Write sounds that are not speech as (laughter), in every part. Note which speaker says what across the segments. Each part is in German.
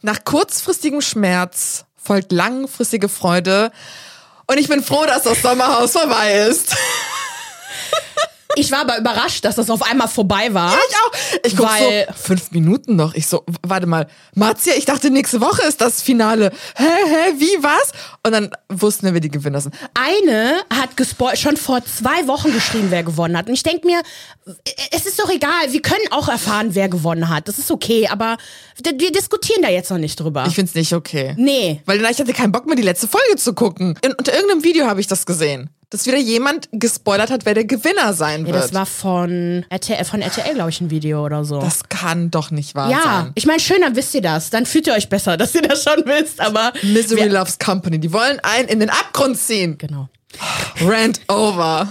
Speaker 1: Nach kurzfristigem Schmerz folgt langfristige Freude. Und ich bin froh, dass das Sommerhaus vorbei ist.
Speaker 2: (laughs) Ich war aber überrascht, dass das auf einmal vorbei war.
Speaker 1: Ich auch. Ich guck
Speaker 2: Weil-
Speaker 1: so, fünf Minuten noch. Ich so, w- warte mal, Marzia, ich dachte, nächste Woche ist das Finale. Hä, hä, wie, was? Und dann wussten wir, wer die Gewinner sind.
Speaker 2: Eine hat gespo- schon vor zwei Wochen geschrieben, wer gewonnen hat. Und ich denke mir, es ist doch egal. Wir können auch erfahren, wer gewonnen hat. Das ist okay, aber d- wir diskutieren da jetzt noch nicht drüber.
Speaker 1: Ich find's nicht okay.
Speaker 2: nee.
Speaker 1: Weil ich hatte keinen Bock mehr, die letzte Folge zu gucken. In, unter irgendeinem Video habe ich das gesehen. Dass wieder jemand gespoilert hat, wer der Gewinner sein
Speaker 2: Ja,
Speaker 1: wird.
Speaker 2: das war von RTL, von RTL glaube ich, ein Video oder so.
Speaker 1: Das kann doch nicht wahr
Speaker 2: ja,
Speaker 1: sein.
Speaker 2: ich meine, schön, dann wisst ihr das. Dann fühlt ihr euch besser, dass ihr das schon wisst, aber.
Speaker 1: Misery Loves Company. Die wollen einen in den Abgrund ziehen.
Speaker 2: Genau.
Speaker 1: Rant over.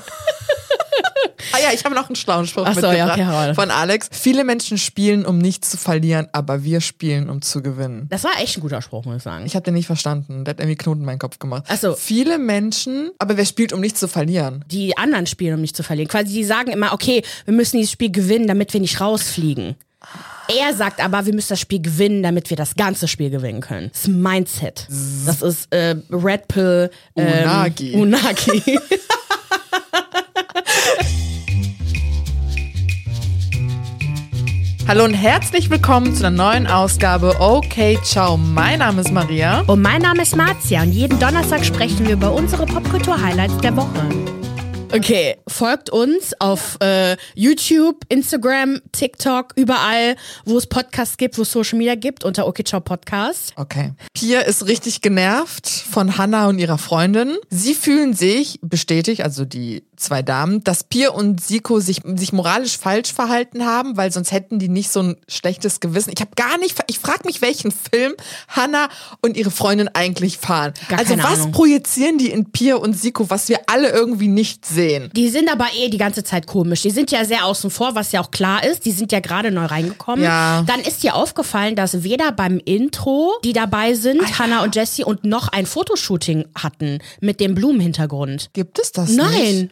Speaker 1: (laughs) ah ja, ich habe noch einen schlauen Spruch
Speaker 2: Ach so, ja,
Speaker 1: mitgebracht
Speaker 2: okay, hau rein.
Speaker 1: von Alex. Viele Menschen spielen, um nicht zu verlieren, aber wir spielen, um zu gewinnen.
Speaker 2: Das war echt ein guter Spruch, muss ich sagen.
Speaker 1: Ich habe den nicht verstanden. Der hat irgendwie Knoten in meinen Kopf gemacht.
Speaker 2: Ach so.
Speaker 1: Viele Menschen, aber wer spielt, um nicht zu verlieren?
Speaker 2: die anderen spielen, um nicht zu verlieren. Quasi, die sagen immer, okay, wir müssen dieses Spiel gewinnen, damit wir nicht rausfliegen. Er sagt aber, wir müssen das Spiel gewinnen, damit wir das ganze Spiel gewinnen können. Das ist ein Mindset. Das ist äh, Red Pill. Ähm,
Speaker 1: Unagi.
Speaker 2: Unagi.
Speaker 1: Hallo und herzlich willkommen zu einer neuen Ausgabe. Okay, ciao. Mein Name ist Maria.
Speaker 2: Und mein Name ist Marzia und jeden Donnerstag sprechen wir über unsere Popkultur-Highlights der Woche. Okay, folgt uns auf äh, YouTube, Instagram, TikTok, überall, wo es Podcasts gibt, wo es Social Media gibt, unter Okay Ciao Podcast.
Speaker 1: Okay. Pia ist richtig genervt von Hannah und ihrer Freundin. Sie fühlen sich bestätigt, also die zwei Damen, dass Pia und Siko sich, sich moralisch falsch verhalten haben, weil sonst hätten die nicht so ein schlechtes Gewissen. Ich habe gar nicht, ver- ich frage mich, welchen Film Hannah und ihre Freundin eigentlich fahren.
Speaker 2: Gar
Speaker 1: also
Speaker 2: keine
Speaker 1: was
Speaker 2: Ahnung.
Speaker 1: projizieren die in Pia und Siko, was wir alle irgendwie nicht sehen?
Speaker 2: Die sind aber eh die ganze Zeit komisch. Die sind ja sehr außen vor, was ja auch klar ist. Die sind ja gerade neu reingekommen.
Speaker 1: Ja.
Speaker 2: Dann ist dir aufgefallen, dass weder beim Intro, die dabei sind, Hannah und Jessie, und noch ein Fotoshooting hatten mit dem Blumenhintergrund.
Speaker 1: Gibt es das nicht? Ah.
Speaker 2: Nein.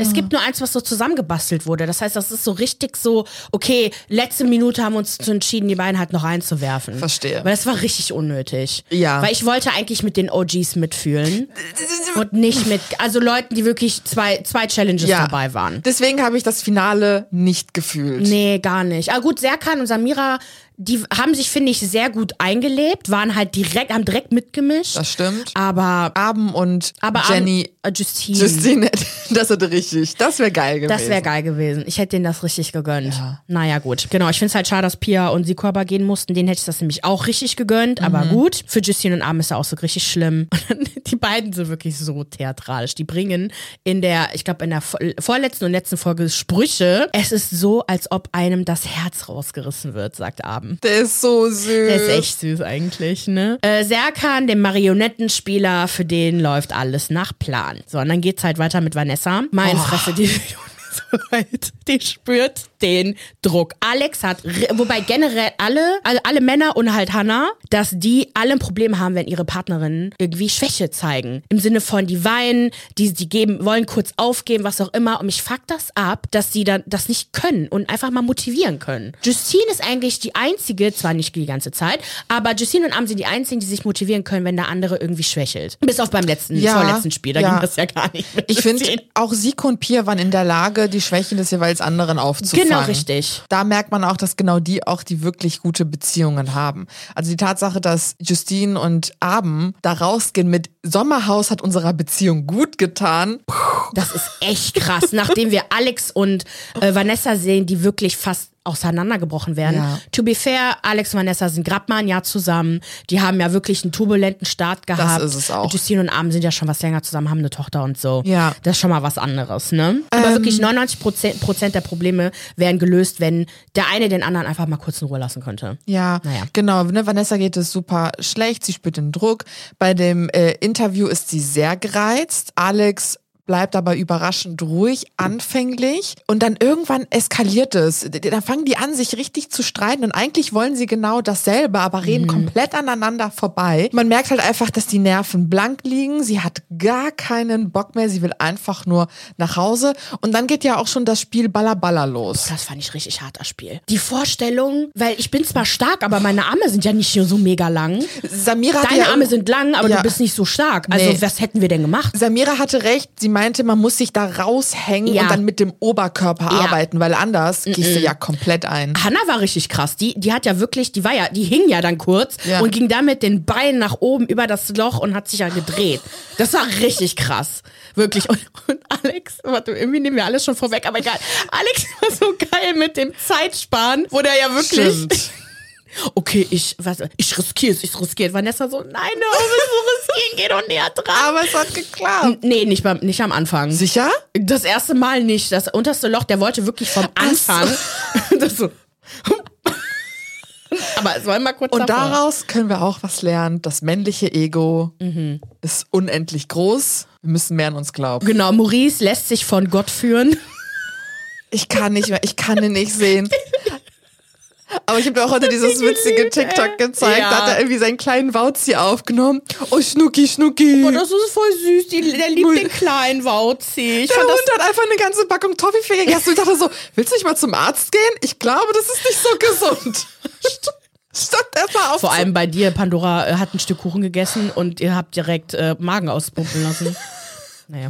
Speaker 2: Es gibt nur eins, was so zusammengebastelt wurde. Das heißt, das ist so richtig so, okay, letzte Minute haben wir uns zu entschieden, die beiden halt noch reinzuwerfen.
Speaker 1: Verstehe.
Speaker 2: Weil das war richtig unnötig.
Speaker 1: Ja.
Speaker 2: Weil ich wollte eigentlich mit den OGs mitfühlen und nicht mit, also Leuten, die wirklich zwei, zwei Challenges dabei waren.
Speaker 1: Deswegen habe ich das Finale nicht gefühlt.
Speaker 2: Nee, gar nicht. Aber gut, Serkan und Samira, die haben sich, finde ich, sehr gut eingelebt, waren halt direkt, haben direkt mitgemischt.
Speaker 1: Das stimmt.
Speaker 2: aber,
Speaker 1: Abend und
Speaker 2: aber
Speaker 1: Jenny
Speaker 2: äh, Justine.
Speaker 1: Justine, (laughs) das hätte richtig. Das wäre geil gewesen.
Speaker 2: Das wäre geil gewesen. Ich hätte denen das richtig gegönnt. Naja, gut. Genau, ich finde es halt schade, dass Pia und Siko aber gehen mussten. Denen hätte ich das nämlich auch richtig gegönnt. Aber gut, für Justine und Arm ist ja auch so richtig schlimm. (laughs) Und dann, die beiden sind wirklich so theatralisch. Die bringen in der, ich glaube, in der vo- vorletzten und letzten Folge Sprüche. Es ist so, als ob einem das Herz rausgerissen wird, sagt Abend.
Speaker 1: Der ist so süß.
Speaker 2: Der ist echt süß eigentlich, ne? Äh, Serkan, dem Marionettenspieler, für den läuft alles nach Plan. So, und dann geht's halt weiter mit Vanessa. Meine Fresse, die (laughs) so weit. Die spürt den Druck. Alex hat, ri- wobei generell alle, also alle Männer und halt Hannah, dass die alle ein Problem haben, wenn ihre Partnerinnen irgendwie Schwäche zeigen. Im Sinne von, die weinen, die, die geben, wollen kurz aufgeben, was auch immer. Und mich fuckt das ab, dass sie dann das nicht können und einfach mal motivieren können. Justine ist eigentlich die einzige, zwar nicht die ganze Zeit, aber Justine und Am sind die einzigen, die sich motivieren können, wenn der andere irgendwie schwächelt. Bis auf beim letzten,
Speaker 1: Ja,
Speaker 2: vorletzten Spiel, da
Speaker 1: ja.
Speaker 2: ging das ja gar nicht. mit
Speaker 1: ich finde,
Speaker 2: Justine.
Speaker 1: auch Siko und Pia waren in der Lage, die Schwächen des jeweils anderen aufzufangen.
Speaker 2: Genau, richtig.
Speaker 1: Da merkt man auch, dass genau die auch die wirklich gute Beziehungen haben. Also die Tatsache, dass Justine und Abend da rausgehen mit Sommerhaus hat unserer Beziehung gut getan.
Speaker 2: Das ist echt krass, nachdem wir Alex und äh, Vanessa sehen, die wirklich fast auseinandergebrochen werden.
Speaker 1: Ja.
Speaker 2: To be fair, Alex und Vanessa sind gerade mal ein Jahr zusammen. Die haben ja wirklich einen turbulenten Start gehabt.
Speaker 1: ist es auch.
Speaker 2: Justine und Arm sind ja schon was länger zusammen, haben eine Tochter und so.
Speaker 1: Ja. Ähm.
Speaker 2: Das ist schon mal was anderes, ne? Aber wirklich 99 Prozent der Probleme wären gelöst, wenn der eine den anderen einfach mal kurz in Ruhe lassen könnte.
Speaker 1: Ja,
Speaker 2: Naja.
Speaker 1: genau. Ne, Vanessa geht es super schlecht, sie spürt den Druck. Bei dem äh, Interview ist sie sehr gereizt. Alex bleibt aber überraschend ruhig, anfänglich und dann irgendwann eskaliert es. Dann fangen die an, sich richtig zu streiten und eigentlich wollen sie genau dasselbe, aber reden
Speaker 2: Mhm.
Speaker 1: komplett aneinander vorbei. Man merkt halt einfach, dass die Nerven blank liegen. Sie hat gar keinen Bock mehr. Sie will einfach nur nach Hause und dann geht ja auch schon das Spiel Baller Baller los.
Speaker 2: Das fand ich richtig hart, das Spiel. Die Vorstellung, weil ich bin zwar stark, aber meine Arme sind ja nicht so mega lang.
Speaker 1: Samira hat
Speaker 2: Deine
Speaker 1: ja
Speaker 2: Arme sind lang, aber
Speaker 1: Ja.
Speaker 2: du bist nicht so stark. Also
Speaker 1: Nee.
Speaker 2: was hätten wir denn gemacht?
Speaker 1: Samira hatte recht, sie meinte, man muss sich da raushängen
Speaker 2: Ja.
Speaker 1: und dann mit dem Oberkörper
Speaker 2: Ja.
Speaker 1: arbeiten, weil anders gehst du ja komplett ein.
Speaker 2: Hanna war richtig krass. Die, die hat ja wirklich, die war ja, die hing ja dann kurz
Speaker 1: Ja.
Speaker 2: und ging dann mit den Beinen nach oben über das Loch und hat sich ja gedreht. Das war richtig krass. Wirklich. Und, und Alex, warte, irgendwie nehmen wir alles schon vorweg, aber egal. Alex war so geil mit dem Zeitsparen, wo der ja wirklich.
Speaker 1: Stimmt.
Speaker 2: (laughs) Okay, ich, was, ich riskiere es, ich riskiere es. Vanessa so, nein, hör auf, es zu riskieren, geh doch näher dran.
Speaker 1: Aber es hat geklappt.
Speaker 2: Nee, nicht, beim, nicht am Anfang.
Speaker 1: Sicher?
Speaker 2: Das erste Mal nicht. Das unterste Loch, der wollte wirklich vom Anfang. (laughs) Das so. Aber es war immer kurz
Speaker 1: Und
Speaker 2: davor.
Speaker 1: daraus können wir auch was lernen. Das männliche Ego
Speaker 2: Mhm.
Speaker 1: ist unendlich groß. Wir müssen mehr an uns glauben.
Speaker 2: Genau, Maurice lässt sich von Gott (laughs) führen.
Speaker 1: Ich kann nicht mehr, ich kann ihn nicht sehen. Aber ich habe dir auch heute dieses witzige TikTok gezeigt.
Speaker 2: Ja.
Speaker 1: Da hat er irgendwie seinen kleinen Wauzi aufgenommen. Oh, Schnucki, Schnucki.
Speaker 2: Und das ist voll süß. Die, der liebt den kleinen Wauzi. Ich
Speaker 1: Der
Speaker 2: fand das
Speaker 1: Hund hat einfach eine ganze Packung Toffifee gegessen. Ich dachte so, willst du nicht mal zum Arzt gehen? Ich glaube, das ist nicht so
Speaker 2: (laughs)
Speaker 1: gesund. Statt erstmal auf.
Speaker 2: vor allem bei dir, Pandora, äh, hat ein Stück Kuchen gegessen und ihr habt direkt äh, Magen auspumpen (laughs) lassen. Naja.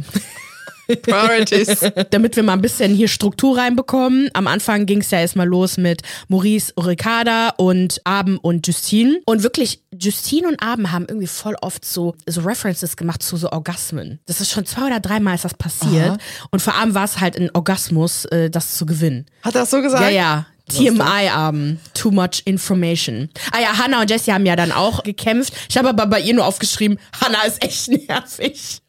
Speaker 1: Priorities.
Speaker 2: Äh, damit wir mal ein bisschen hier Struktur reinbekommen. Am Anfang ging es ja erstmal los mit Maurice Ricarda und Abend und Justine. Und wirklich, Justine und Abend haben irgendwie voll oft so, so References gemacht zu so Orgasmen. Das ist schon zwei oder dreimal ist das passiert.
Speaker 1: Aha.
Speaker 2: Und vor allem war es halt ein Orgasmus, äh, das zu gewinnen.
Speaker 1: Hat er das so gesagt?
Speaker 2: Ja, ja. TMI-Abend. um, Too much information. Ah ja, Hannah und Jessie haben ja dann auch gekämpft. Ich habe aber bei ihr nur aufgeschrieben, Hannah ist echt (laughs) nervig.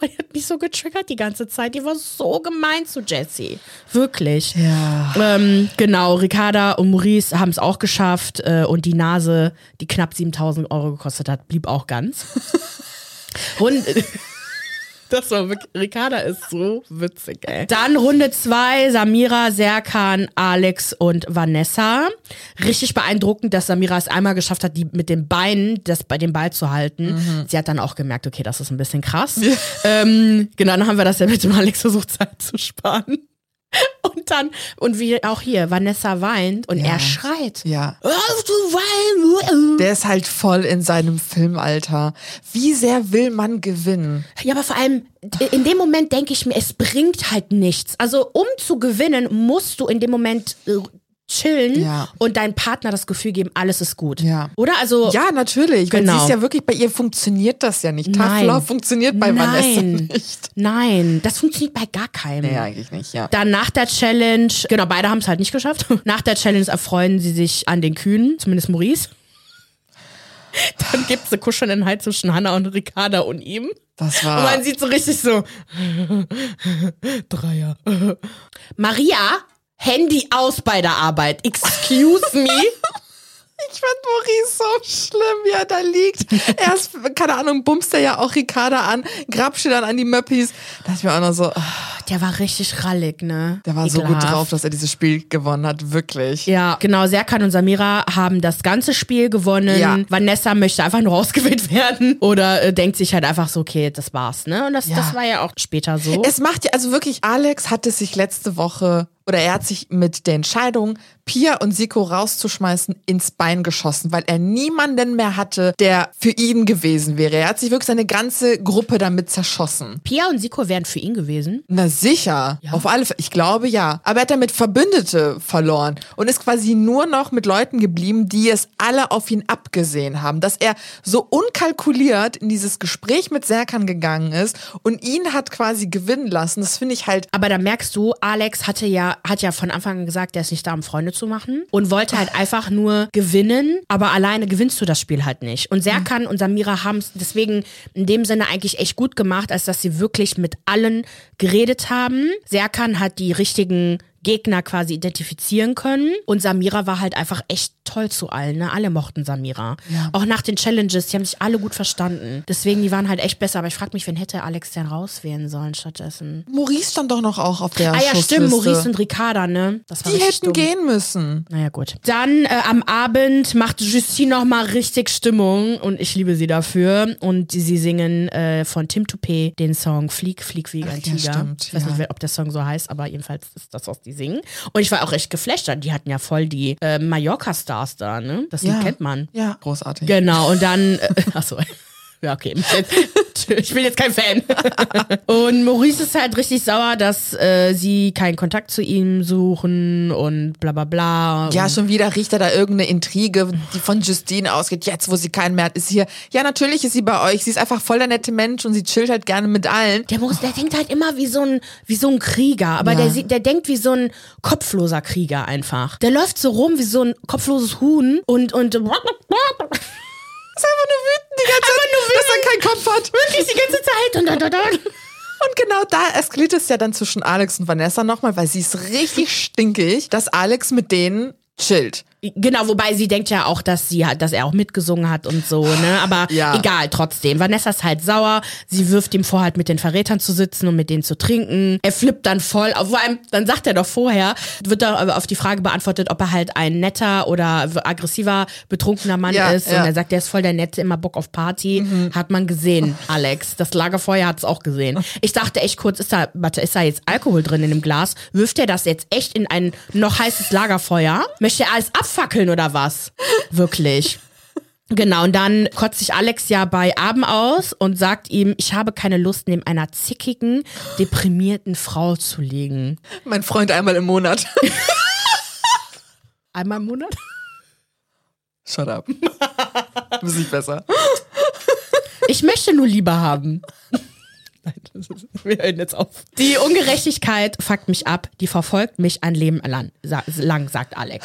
Speaker 2: Weil die hat mich so getriggert die ganze Zeit. Die war so gemein zu Jessie. Wirklich.
Speaker 1: Ja.
Speaker 2: Ähm, genau, Ricarda und Maurice haben es auch geschafft. Äh, und die Nase, die knapp 7000 Euro gekostet hat, blieb auch ganz. (laughs) Rund das war wirklich, Ricarda ist so witzig, ey. Dann Runde zwei, Samira, Serkan, Alex und Vanessa. Richtig beeindruckend, dass Samira es einmal geschafft hat, die mit den Beinen, das bei dem Ball zu halten. Sie hat dann auch gemerkt, okay, das ist ein bisschen krass. ähm, genau, dann haben wir das ja mit dem Alex versucht, Zeit zu sparen. Und dann, und wie auch hier, Vanessa weint und er schreit.
Speaker 1: Ja.
Speaker 2: Hör auf zu weinen!
Speaker 1: Der ist halt voll in seinem Filmalter. Wie sehr will man gewinnen?
Speaker 2: Ja, aber vor allem, in dem Moment denke ich mir, es bringt halt nichts. Also, um zu gewinnen, musst du in dem Moment äh, chillen
Speaker 1: Ja.
Speaker 2: und deinem Partner das Gefühl geben, alles ist gut.
Speaker 1: Ja.
Speaker 2: Oder? Also,
Speaker 1: Ja, natürlich. Weil
Speaker 2: Genau.
Speaker 1: sie ist ja wirklich, bei ihr funktioniert das ja nicht. Tough
Speaker 2: Nein.
Speaker 1: Love funktioniert bei Vanessa
Speaker 2: nein.
Speaker 1: nicht.
Speaker 2: Nein, das funktioniert bei gar keinem.
Speaker 1: Nee, eigentlich nicht, ja.
Speaker 2: Dann nach der Challenge, genau, beide haben es halt nicht geschafft. (laughs) Nach der Challenge erfreuen sie sich an den Kühen, zumindest Maurice. (laughs) Dann gibt's eine Kuscheleinheit zwischen Hannah und Ricarda und ihm.
Speaker 1: Das war.
Speaker 2: Und man sieht so
Speaker 1: (laughs)
Speaker 2: richtig so. Dreier. Maria, Handy aus bei der Arbeit. Excuse me.
Speaker 1: (laughs) Ich fand Maurice so schlimm, wie er da
Speaker 2: (laughs)
Speaker 1: liegt. Erst, keine Ahnung, bumst er ja auch Ricarda an, grapscht ihn dann an die Möppis. Da dachte ich mir auch noch so, ah,
Speaker 2: Der war richtig rallig, ne?
Speaker 1: der war so gut
Speaker 2: Ekelhaft.
Speaker 1: drauf, dass er dieses Spiel gewonnen hat, wirklich.
Speaker 2: Ja, genau. Serkan und Samira haben das ganze Spiel gewonnen.
Speaker 1: Ja.
Speaker 2: Vanessa möchte einfach nur rausgewählt werden. Oder äh, denkt sich halt einfach so, okay, das war's, ne? Und das,
Speaker 1: Ja.
Speaker 2: das war ja auch später so.
Speaker 1: Es macht ja, also wirklich, Alex hat es sich letzte Woche, oder er hat sich mit der Entscheidung, Pia und Siko rauszuschmeißen, ins Bein geschossen, weil er niemanden mehr hatte, der für ihn gewesen wäre. Er hat sich wirklich seine ganze Gruppe damit zerschossen.
Speaker 2: Pia und Siko wären für ihn gewesen.
Speaker 1: Na sicher, auf alle Fälle. Ich glaube ja. Aber er hat damit Verbündete verloren und ist quasi nur noch mit Leuten geblieben, die es alle auf ihn abgesehen haben. Dass er so unkalkuliert in dieses Gespräch mit Serkan gegangen ist und ihn hat quasi gewinnen lassen, das finde ich halt.
Speaker 2: Aber da merkst du, Alex hatte ja, hat ja von Anfang an gesagt, der ist nicht da, um Freunde zu machen und wollte halt einfach nur gewinnen, aber alleine gewinnst du das Spiel halt nicht. Und Serkan und Samira haben es deswegen in dem Sinne eigentlich echt gut gemacht, als dass sie wirklich mit allen geredet haben. Serkan hat die richtigen Gegner quasi identifizieren können. Und Samira war halt einfach echt toll zu allen. Ne? Alle mochten Samira. Auch nach den Challenges, die haben sich alle gut verstanden. Deswegen, die waren halt echt besser. Aber ich frage mich, wen hätte Alex denn rauswählen sollen stattdessen?
Speaker 1: Maurice stand doch noch auch auf der
Speaker 2: Ah ja,
Speaker 1: Schussliste.
Speaker 2: stimmt, Maurice und Ricarda, ne? Das war
Speaker 1: Die
Speaker 2: richtig
Speaker 1: hätten
Speaker 2: dumm.
Speaker 1: gehen müssen.
Speaker 2: Naja, gut. Dann äh, am Abend macht Justine nochmal richtig Stimmung und ich liebe sie dafür. Und die- sie singen äh, von Tim Toupé den Song Flieg, Flieg wie ein
Speaker 1: ja,
Speaker 2: Tiger.
Speaker 1: stimmt,
Speaker 2: ich weiß
Speaker 1: ja.
Speaker 2: nicht, wer- ob der Song so heißt, aber jedenfalls ist das, was die singen. Und ich war auch echt geflasht. Die hatten ja voll die äh, Mallorca-Stars da, ne? Das Lied
Speaker 1: Ja.
Speaker 2: kennt man.
Speaker 1: Ja. Großartig.
Speaker 2: Genau, und dann. (laughs) Äh, achso. Ja, okay. Ich bin jetzt kein Fan. (laughs) Und Maurice ist halt richtig sauer, dass äh, sie keinen Kontakt zu ihm suchen und bla bla bla.
Speaker 1: Ja, schon wieder riecht er da irgendeine Intrige, die von Justine ausgeht. Jetzt, wo sie keinen mehr hat, ist sie hier. Ja, natürlich ist sie bei euch. Sie ist einfach voll der nette Mensch und sie chillt halt gerne mit allen.
Speaker 2: Der Maurice, der denkt halt immer wie so ein, wie so ein Krieger, aber
Speaker 1: Ja.
Speaker 2: der, sieht- der denkt wie so ein kopfloser Krieger einfach. Der läuft so rum wie so ein kopfloses Huhn und, und (laughs)
Speaker 1: Ist einfach nur wütend die ganze Zeit, dass er keinen Kopf hat.
Speaker 2: wirklich die ganze Zeit. Und, und, und, und.
Speaker 1: Und genau da eskaliert es ja dann zwischen Alex und Vanessa nochmal, weil sie ist richtig stinkig, dass Alex mit denen chillt.
Speaker 2: Genau, wobei sie denkt ja auch, dass sie hat, dass er auch mitgesungen hat und so, ne? Aber
Speaker 1: Ja.
Speaker 2: egal, trotzdem. Vanessa ist halt sauer. Sie wirft ihm vor, halt mit den Verrätern zu sitzen und mit denen zu trinken. Er flippt dann voll. Auf, vor allem, dann sagt er doch vorher, wird da auf die Frage beantwortet, ob er halt ein netter oder w- aggressiver, betrunkener Mann
Speaker 1: Ja,
Speaker 2: ist.
Speaker 1: ja. Mhm.
Speaker 2: Und er sagt, der ist voll der Nette, immer Bock auf Party. Hat man gesehen, Alex. Das Lagerfeuer hat es auch gesehen. Ich dachte echt kurz, ist da, warte, ist da jetzt Alkohol drin in dem Glas? Wirft er das jetzt echt in ein noch heißes Lagerfeuer? Möchte er alles abfackeln oder was? Wirklich. Genau, und dann kotzt sich Alex ja bei Abend aus und sagt ihm, ich habe keine Lust, neben einer zickigen, deprimierten Frau zu liegen.
Speaker 1: Mein Freund einmal im Monat.
Speaker 2: Einmal im Monat?
Speaker 1: Shut up. Muss ich besser.
Speaker 2: Ich möchte nur Liebe haben. Nein, das ist, wir hören jetzt auf. Die Ungerechtigkeit fuckt mich ab, die verfolgt mich ein Leben lang, sa lang sagt Alex.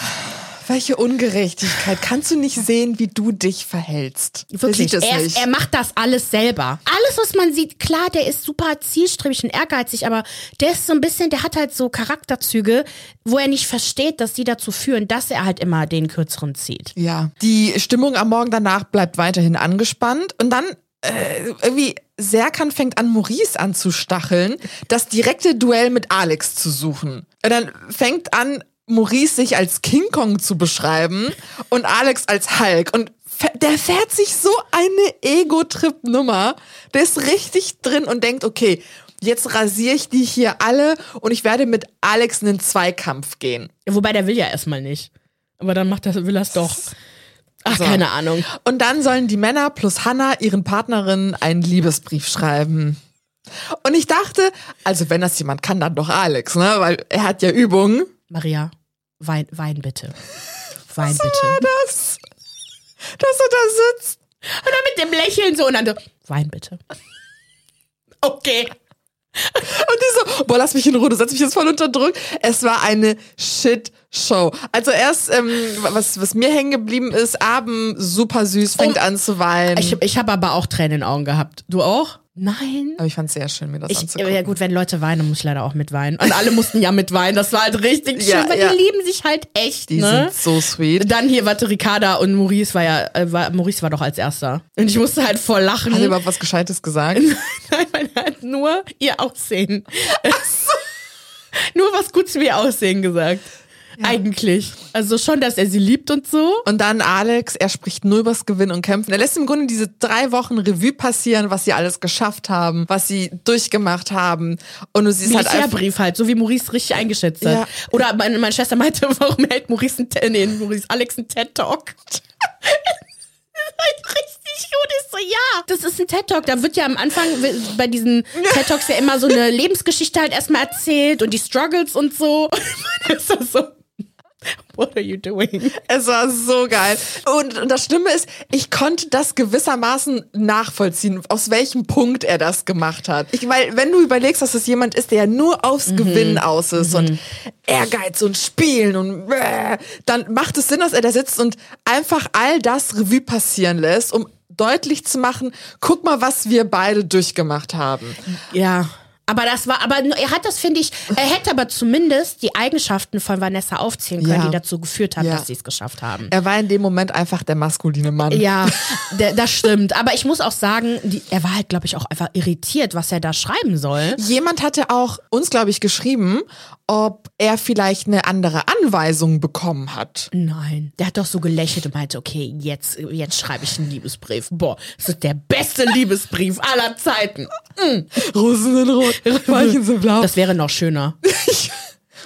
Speaker 1: Welche Ungerechtigkeit. Kannst du nicht sehen, wie du dich verhältst?
Speaker 2: Wirklich,
Speaker 1: Er sieht es
Speaker 2: er,
Speaker 1: nicht.
Speaker 2: er macht das alles selber. Alles, was man sieht, klar, der ist super zielstrebig und ehrgeizig, aber der ist so ein bisschen, der hat halt so Charakterzüge, wo er nicht versteht, dass die dazu führen, dass er halt immer den Kürzeren zieht.
Speaker 1: Ja. Die Stimmung am Morgen danach bleibt weiterhin angespannt und dann äh, irgendwie Serkan fängt an, Maurice anzustacheln, das direkte Duell mit Alex zu suchen. Und dann fängt an, Maurice sich als King Kong zu beschreiben und Alex als Hulk. Und fä- der fährt sich so eine Ego-Trip-Nummer. Der ist richtig drin und denkt, okay, jetzt rasiere ich die hier alle und ich werde mit Alex in den Zweikampf gehen.
Speaker 2: Wobei der will ja erstmal nicht. Aber dann macht er, will er es doch. Ach,
Speaker 1: So.
Speaker 2: keine Ahnung.
Speaker 1: Und dann sollen die Männer plus Hannah ihren Partnerinnen einen Liebesbrief schreiben. Und ich dachte, also wenn das jemand kann, dann doch Alex, ne? Weil er hat ja Übungen.
Speaker 2: Maria, Wein, Wein bitte. (laughs) Wein bitte.
Speaker 1: Das, dass er da sitzt.
Speaker 2: Und dann mit dem Lächeln so und dann so, Wein bitte. Okay.
Speaker 1: Und die so, boah, lass mich in Ruhe, du setzt mich jetzt voll unter Druck. Es war eine Shit-Show. Also erst, ähm, was, was mir hängen geblieben ist, Abend super süß, fängt
Speaker 2: Oh.
Speaker 1: an zu weinen.
Speaker 2: Ich, ich habe aber auch Tränen in den Augen gehabt. Du auch? Nein.
Speaker 1: aber ich fand es sehr schön, mir das
Speaker 2: Ich,
Speaker 1: anzugucken.
Speaker 2: ja gut, wenn Leute weinen, muss ich leider auch mitweinen. Und alle mussten ja mitweinen. Das war halt richtig schön,
Speaker 1: Ja,
Speaker 2: weil
Speaker 1: ja.
Speaker 2: die lieben sich halt echt.
Speaker 1: die
Speaker 2: ne?
Speaker 1: sind so sweet.
Speaker 2: Dann hier, warte, Ricarda und Maurice war ja, äh, war, Maurice war doch als erster. Und ich musste halt voll lachen.
Speaker 1: Hat
Speaker 2: (laughs)
Speaker 1: er überhaupt was Gescheites gesagt?
Speaker 2: Nein, man hat nur ihr Aussehen. (laughs) nur was gut zu ihr Aussehen gesagt. Eigentlich. Also schon, dass er sie liebt und so.
Speaker 1: Und dann Alex, er spricht nur übers Gewinnen und Kämpfen. Er lässt im Grunde diese drei Wochen Revue passieren, was sie alles geschafft haben, was sie durchgemacht haben. Und du siehst halt einfach.
Speaker 2: Militärbrief halt, so wie Maurice richtig eingeschätzt hat.
Speaker 1: Ja.
Speaker 2: Oder meine, meine Schwester meinte, (laughs) warum hält Maurice einen, Te- nee, Maurice Alex einen TED-Talk? (laughs) Das ist halt richtig gut. Ich so, ja, das ist ein TED-Talk. Da wird ja am Anfang bei diesen TED-Talks ja immer so
Speaker 1: (laughs)
Speaker 2: eine Lebensgeschichte halt erstmal erzählt und die Struggles und so. (laughs) Und ist das so, what are you doing?
Speaker 1: Es war so geil. Und, und das Schlimme ist, ich konnte das gewissermaßen nachvollziehen, aus welchem Punkt er das gemacht hat. Ich, weil, wenn du überlegst, dass es jemand ist, der nur aufs Gewinnen aus ist und Ehrgeiz und Spielen und bäh, dann macht es Sinn, dass er da sitzt und einfach all das Revue passieren lässt, um deutlich zu machen, guck mal, was wir beide durchgemacht haben.
Speaker 2: Ja. Aber das war, aber er hat das, finde ich, er hätte aber zumindest die Eigenschaften von Vanessa aufzählen können,
Speaker 1: Ja.
Speaker 2: die dazu geführt haben,
Speaker 1: Ja.
Speaker 2: dass sie es geschafft haben.
Speaker 1: Er war in dem Moment einfach der maskuline Mann.
Speaker 2: Ja, der, das stimmt. Aber ich muss auch sagen, die, er war halt, glaube ich, auch einfach irritiert, was er da schreiben soll.
Speaker 1: Jemand hatte auch uns, glaube ich, geschrieben, ob er vielleicht eine andere Anweisung bekommen hat.
Speaker 2: Nein, der hat doch so gelächelt und meinte, okay, jetzt, jetzt schreibe ich einen Liebesbrief. Boah, das ist der beste Liebesbrief aller Zeiten.
Speaker 1: Rosen sind rot, (laughs) Weilchen sind blau.
Speaker 2: Das wäre noch schöner.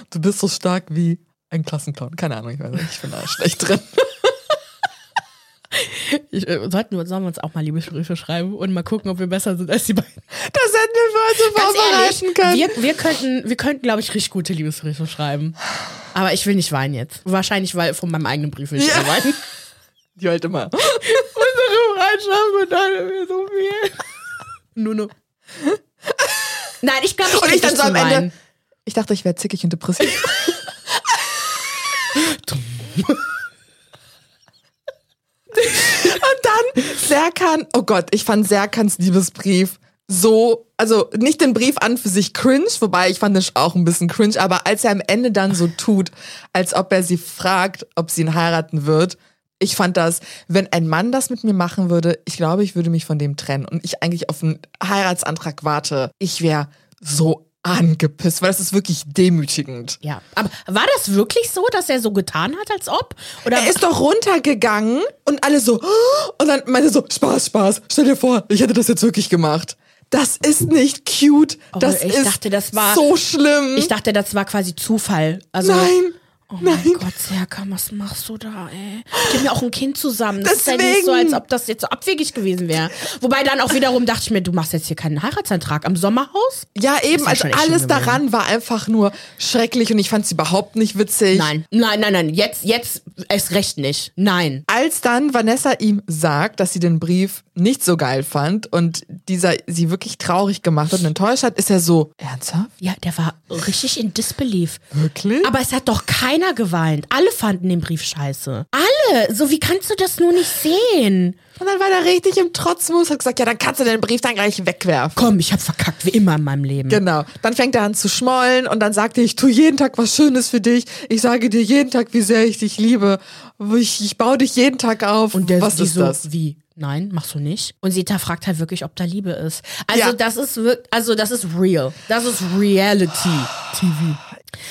Speaker 1: du bist so stark wie ein Klassenclown. Keine Ahnung, ich weiß nicht, ich bin da (laughs) schlecht drin.
Speaker 2: Ich, äh, sollten wir, sollen wir uns auch mal Liebesbriefe schreiben und mal gucken, ob wir besser sind als die beiden.
Speaker 1: Das hätten wir für
Speaker 2: Ganz
Speaker 1: uns vorbereiten
Speaker 2: ehrlich,
Speaker 1: können.
Speaker 2: wir, wir könnten, wir könnten, glaube ich, richtig gute Liebesbriefe schreiben. Aber ich will nicht weinen jetzt. Wahrscheinlich, weil von meinem eigenen Brief will ich
Speaker 1: Ja.
Speaker 2: ja. weinen.
Speaker 1: Die halt (laughs) immer.
Speaker 2: unsere Freundschaft bedeutet mir so viel. Nur, nur. Nein, ich glaube, ich
Speaker 1: Und ich dann so am Ende.
Speaker 2: Weinen.
Speaker 1: Ich dachte, ich wäre zickig und depressiv. und dann Serkan, oh Gott, ich fand Serkans Liebesbrief so, also nicht den Brief an für sich cringe, wobei ich fand es auch ein bisschen cringe, aber als er am Ende dann so tut, als ob er sie fragt, ob sie ihn heiraten wird, ich fand das, wenn ein Mann das mit mir machen würde, ich glaube, ich würde mich von dem trennen und ich eigentlich auf einen Heiratsantrag warte, ich wäre so angepisst, weil das ist wirklich demütigend.
Speaker 2: Ja, aber war das wirklich so, dass er so getan hat, als ob? Oder
Speaker 1: Er ist doch runtergegangen und alle so, "Oh!" und dann meinte so, Spaß, Spaß, stell dir vor, ich hätte das jetzt wirklich gemacht. Das ist nicht cute.
Speaker 2: Oh,
Speaker 1: Das
Speaker 2: ich
Speaker 1: ist
Speaker 2: dachte, das war-
Speaker 1: so schlimm.
Speaker 2: ich dachte, das war quasi Zufall. Also,
Speaker 1: Nein.
Speaker 2: Oh mein Gott, Serkan, was machst du da, ey? Die haben ja auch ein Kind zusammen. Das ist ja nicht
Speaker 1: Deswegen.
Speaker 2: so, als ob das jetzt so abwegig gewesen wäre. Wobei dann auch wiederum dachte ich mir, du machst jetzt hier keinen Heiratsantrag am Sommerhaus?
Speaker 1: Ja, eben,
Speaker 2: war
Speaker 1: also
Speaker 2: schon echt schlimm
Speaker 1: alles daran war einfach nur schrecklich und ich fand es überhaupt nicht witzig.
Speaker 2: Nein, nein, nein, nein. Jetzt, jetzt erst recht nicht. Nein.
Speaker 1: Als dann Vanessa ihm sagt, dass sie den Brief nicht so geil fand und dieser sie wirklich traurig gemacht hat und enttäuscht hat, ist er so, ernsthaft?
Speaker 2: Ja, der war richtig in Disbelief.
Speaker 1: Wirklich?
Speaker 2: Aber es hat doch keiner geweint. Alle fanden den Brief scheiße. Alle. So, wie kannst du das nur nicht sehen?
Speaker 1: Und dann war er richtig im Trotzmodus, hat gesagt, ja, dann kannst du den Brief dann gleich wegwerfen.
Speaker 2: Komm, ich hab verkackt, wie immer in meinem Leben.
Speaker 1: Genau. Dann fängt er an zu schmollen und dann sagt er, ich tue jeden Tag was Schönes für dich. Ich sage dir jeden Tag, wie sehr ich dich liebe. Ich, ich baue dich jeden Tag auf.
Speaker 2: Und der,
Speaker 1: was
Speaker 2: die
Speaker 1: ist
Speaker 2: so,
Speaker 1: das?
Speaker 2: Wie? Nein, machst du nicht. Und Sita fragt halt wirklich, ob da Liebe ist. Also
Speaker 1: Ja.
Speaker 2: das ist wir- also das ist real. Das ist Reality TV.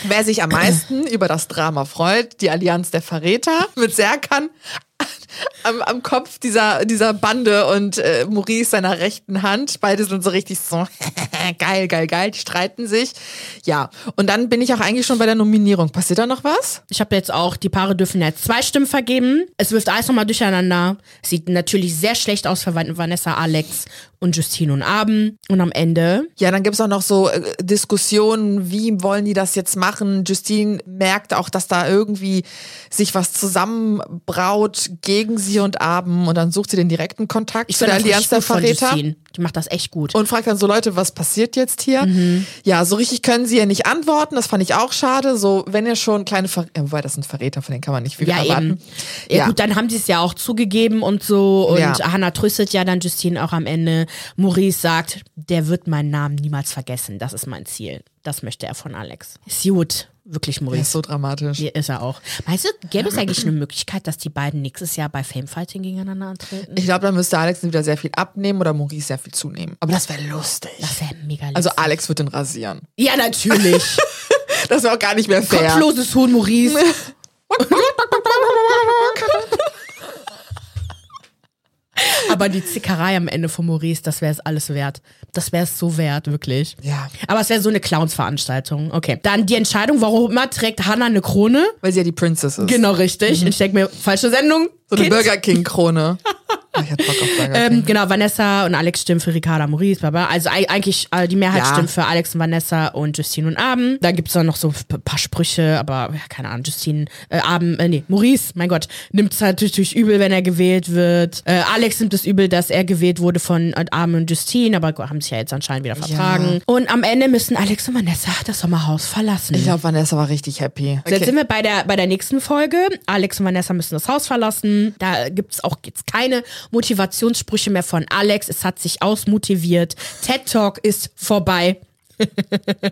Speaker 1: Wer sich am meisten über das Drama freut, die Allianz der Verräter mit Serkan (laughs) am, am Kopf dieser, dieser Bande und äh, Maurice seiner rechten Hand. Beide sind so richtig so (laughs) geil, geil, geil, die streiten sich. Ja, und dann bin ich auch eigentlich schon bei der Nominierung. Passiert da noch was?
Speaker 2: Ich habe jetzt auch, die Paare dürfen jetzt zwei Stimmen vergeben. Es wirft alles nochmal durcheinander. Sieht natürlich sehr schlecht aus für Van- Vanessa, Alex und Justine und Abend. Und am Ende
Speaker 1: Ja, dann gibt's auch noch so äh, Diskussionen, wie wollen die das jetzt machen? Justine merkt auch, dass da irgendwie sich was zusammenbraut gegen sie und Abend und dann sucht sie den direkten Kontakt zu der
Speaker 2: das
Speaker 1: Allianz
Speaker 2: richtig
Speaker 1: der
Speaker 2: gut von
Speaker 1: Verräter.
Speaker 2: Justine. Die macht das echt gut.
Speaker 1: und fragt dann so Leute, was passiert jetzt hier?
Speaker 2: Mhm.
Speaker 1: Ja, so richtig können sie ja nicht antworten. Das fand ich auch schade. So, wenn ihr schon kleine, Ver äh, wobei das sind Verräter, von denen kann man nicht viel
Speaker 2: ja,
Speaker 1: erwarten.
Speaker 2: eben. Ja, gut, dann haben sie es ja auch zugegeben und so. Und
Speaker 1: Ja.
Speaker 2: Hannah tröstet ja dann Justine auch am Ende. Maurice sagt, der wird meinen Namen niemals vergessen. Das ist mein Ziel. Das möchte er von Alex. Ist gut. Wirklich,
Speaker 1: Das
Speaker 2: Maurice.
Speaker 1: ist so dramatisch.
Speaker 2: Ja, Ist er auch. Meinst du, gäbe es eigentlich eine Möglichkeit, dass die beiden nächstes Jahr bei Famefighting gegeneinander antreten?
Speaker 1: Ich glaube, dann müsste Alex wieder sehr viel abnehmen oder Maurice sehr viel zunehmen. Aber das wäre lustig.
Speaker 2: Das wäre mega
Speaker 1: Also
Speaker 2: lustig.
Speaker 1: Alex wird den rasieren.
Speaker 2: Ja, natürlich.
Speaker 1: Das wäre auch gar nicht mehr fair.
Speaker 2: Kopfloses
Speaker 1: (laughs)
Speaker 2: Huhn, Maurice. Aber die Zickerei am Ende von Maurice, das wäre es alles wert. Das wäre es so wert, wirklich.
Speaker 1: Ja.
Speaker 2: Aber es wäre so eine Clownsveranstaltung. Okay. Dann die Entscheidung, warum immer trägt Hannah eine Krone?
Speaker 1: Weil sie ja die Princess ist.
Speaker 2: Genau richtig. Ich denke mir, falsche Sendung.
Speaker 1: Mhm. So eine
Speaker 2: Kind.
Speaker 1: Burger (laughs) King-Krone. Oh, ich hatte Bock auf Burger King.
Speaker 2: Ähm, genau, Vanessa und Alex stimmen für Ricarda Maurice, bla, bla. Also ei- eigentlich äh, die Mehrheit
Speaker 1: Ja.
Speaker 2: stimmt für Alex und Vanessa und Justine und Abend. Da gibt's dann noch so ein paar Sprüche, aber ja, keine Ahnung, Justine, äh, Abend, äh, nee, Maurice, mein Gott, nimmt's natürlich übel, wenn er gewählt wird. Äh, Alex nimmt es übel, dass er gewählt wurde von äh, Abend und Justine, aber haben sich ja jetzt anscheinend wieder vertragen. Und am Ende müssen Alex und Vanessa das Sommerhaus verlassen.
Speaker 1: Ich glaube, Vanessa war richtig happy.
Speaker 2: So, Jetzt sind wir bei der, bei der nächsten Folge. Alex und Vanessa müssen das Haus verlassen. Da gibt's auch jetzt keine Motivationssprüche mehr von Alex. Es hat sich ausmotiviert. TED Talk ist vorbei.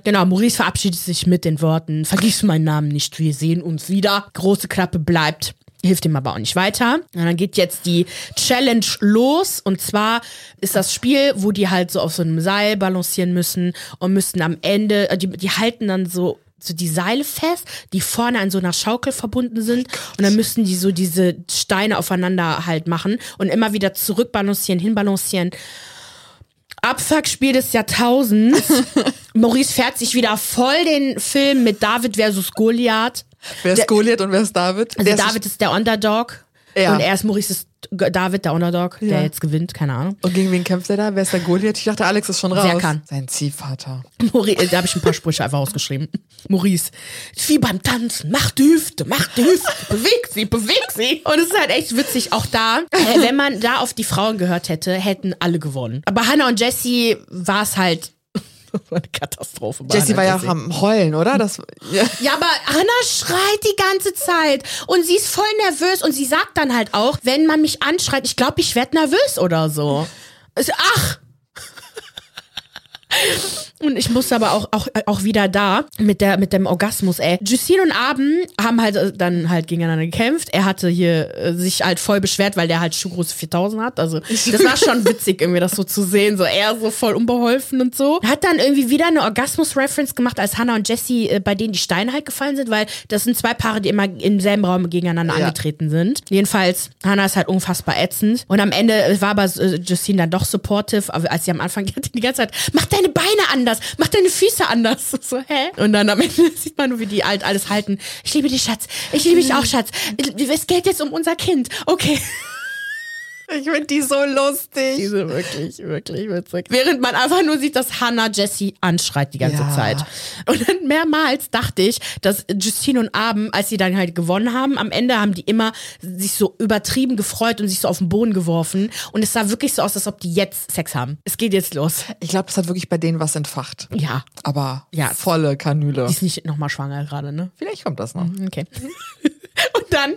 Speaker 2: genau, Maurice verabschiedet sich mit den Worten, vergiss meinen Namen nicht, wir sehen uns wieder. Große Klappe bleibt. Hilft ihm aber auch nicht weiter. Und dann geht jetzt die Challenge los. Und zwar ist das Spiel, wo die halt so auf so einem Seil balancieren müssen und müssten am Ende, äh, die, die halten dann so, so die Seile fest, die vorne an so einer Schaukel verbunden sind. Und dann müssen die so diese Steine aufeinander halt machen und immer wieder zurückbalancieren, hinbalancieren. Abfuck-Spiel des Jahrtausends. Maurice fährt sich wieder voll den Film mit David versus Goliath.
Speaker 1: Wer ist Goliath und wer ist David?
Speaker 2: Also
Speaker 1: Der ist-
Speaker 2: David ist der Underdog.
Speaker 1: Ja.
Speaker 2: Und er ist Maurice ist David, der Underdog,
Speaker 1: Ja.
Speaker 2: der jetzt gewinnt, keine Ahnung. (laughs)
Speaker 1: Und gegen wen kämpft er da? Wer ist der Goliath? Ich dachte, Alex ist schon raus.
Speaker 2: Serkan.
Speaker 1: Sein Ziehvater.
Speaker 2: Maurice, äh, da habe ich ein paar Sprüche einfach ausgeschrieben. (laughs) Maurice, ist wie beim Tanzen, mach die Hüfte, mach die Hüfte, beweg sie, beweg sie. Und es ist halt echt witzig, auch da, äh, wenn man da auf die Frauen gehört hätte, hätten alle gewonnen. Aber Hannah und Jessie war es halt (laughs) eine Katastrophe. bei
Speaker 1: Jessie
Speaker 2: Hannah
Speaker 1: war
Speaker 2: und
Speaker 1: ja auch am Heulen, oder? Das, (laughs) ja.
Speaker 2: Ja, aber Hannah schreit die ganze Zeit und sie ist voll nervös und sie sagt dann halt auch, wenn man mich anschreit, ich glaube, ich werde nervös oder so. Es- Ach! Und ich musste aber auch, auch, auch wieder da mit, der, mit dem Orgasmus, ey. Justine und Abend haben halt äh, dann halt gegeneinander gekämpft. Er hatte hier äh, sich halt voll beschwert, weil der halt Schuhgröße 4000 hat. Also das war schon witzig, irgendwie das so zu sehen. So er so voll unbeholfen und so. Hat dann irgendwie wieder eine Orgasmus-Reference gemacht, als Hannah und Jesse äh, bei denen die Steine halt gefallen sind, weil das sind zwei Paare, die immer im selben Raum gegeneinander
Speaker 1: Ja.
Speaker 2: angetreten sind. Jedenfalls, Hannah ist halt unfassbar ätzend. Und am Ende war aber äh, Justine dann doch supportive, aber als sie am Anfang (laughs) die ganze Zeit, mach deine Beine anders, mach deine Füße anders. (laughs) So, hä? Und dann am Ende (laughs) sieht man nur, wie die alt alles halten. Ich liebe dich, Schatz. Ich liebe dich auch, Schatz. Es geht jetzt um unser Kind. Okay.
Speaker 1: Ich finde die so lustig.
Speaker 2: Diese wirklich, wirklich witzig. Während man einfach nur sieht, dass Hannah Jessie anschreit die ganze
Speaker 1: Ja.
Speaker 2: Zeit. Und dann mehrmals dachte ich, dass Justine und Abend, als sie dann halt gewonnen haben, am Ende haben die immer sich so übertrieben gefreut und sich so auf den Boden geworfen. Und es sah wirklich so aus, als ob die jetzt Sex haben. Es geht jetzt los.
Speaker 1: Ich glaube, das hat wirklich bei denen was entfacht.
Speaker 2: Ja.
Speaker 1: Aber
Speaker 2: Ja.
Speaker 1: volle
Speaker 2: Die
Speaker 1: Kanüle.
Speaker 2: ist nicht nochmal schwanger gerade, ne?
Speaker 1: Vielleicht kommt das noch.
Speaker 2: (laughs) Okay. und dann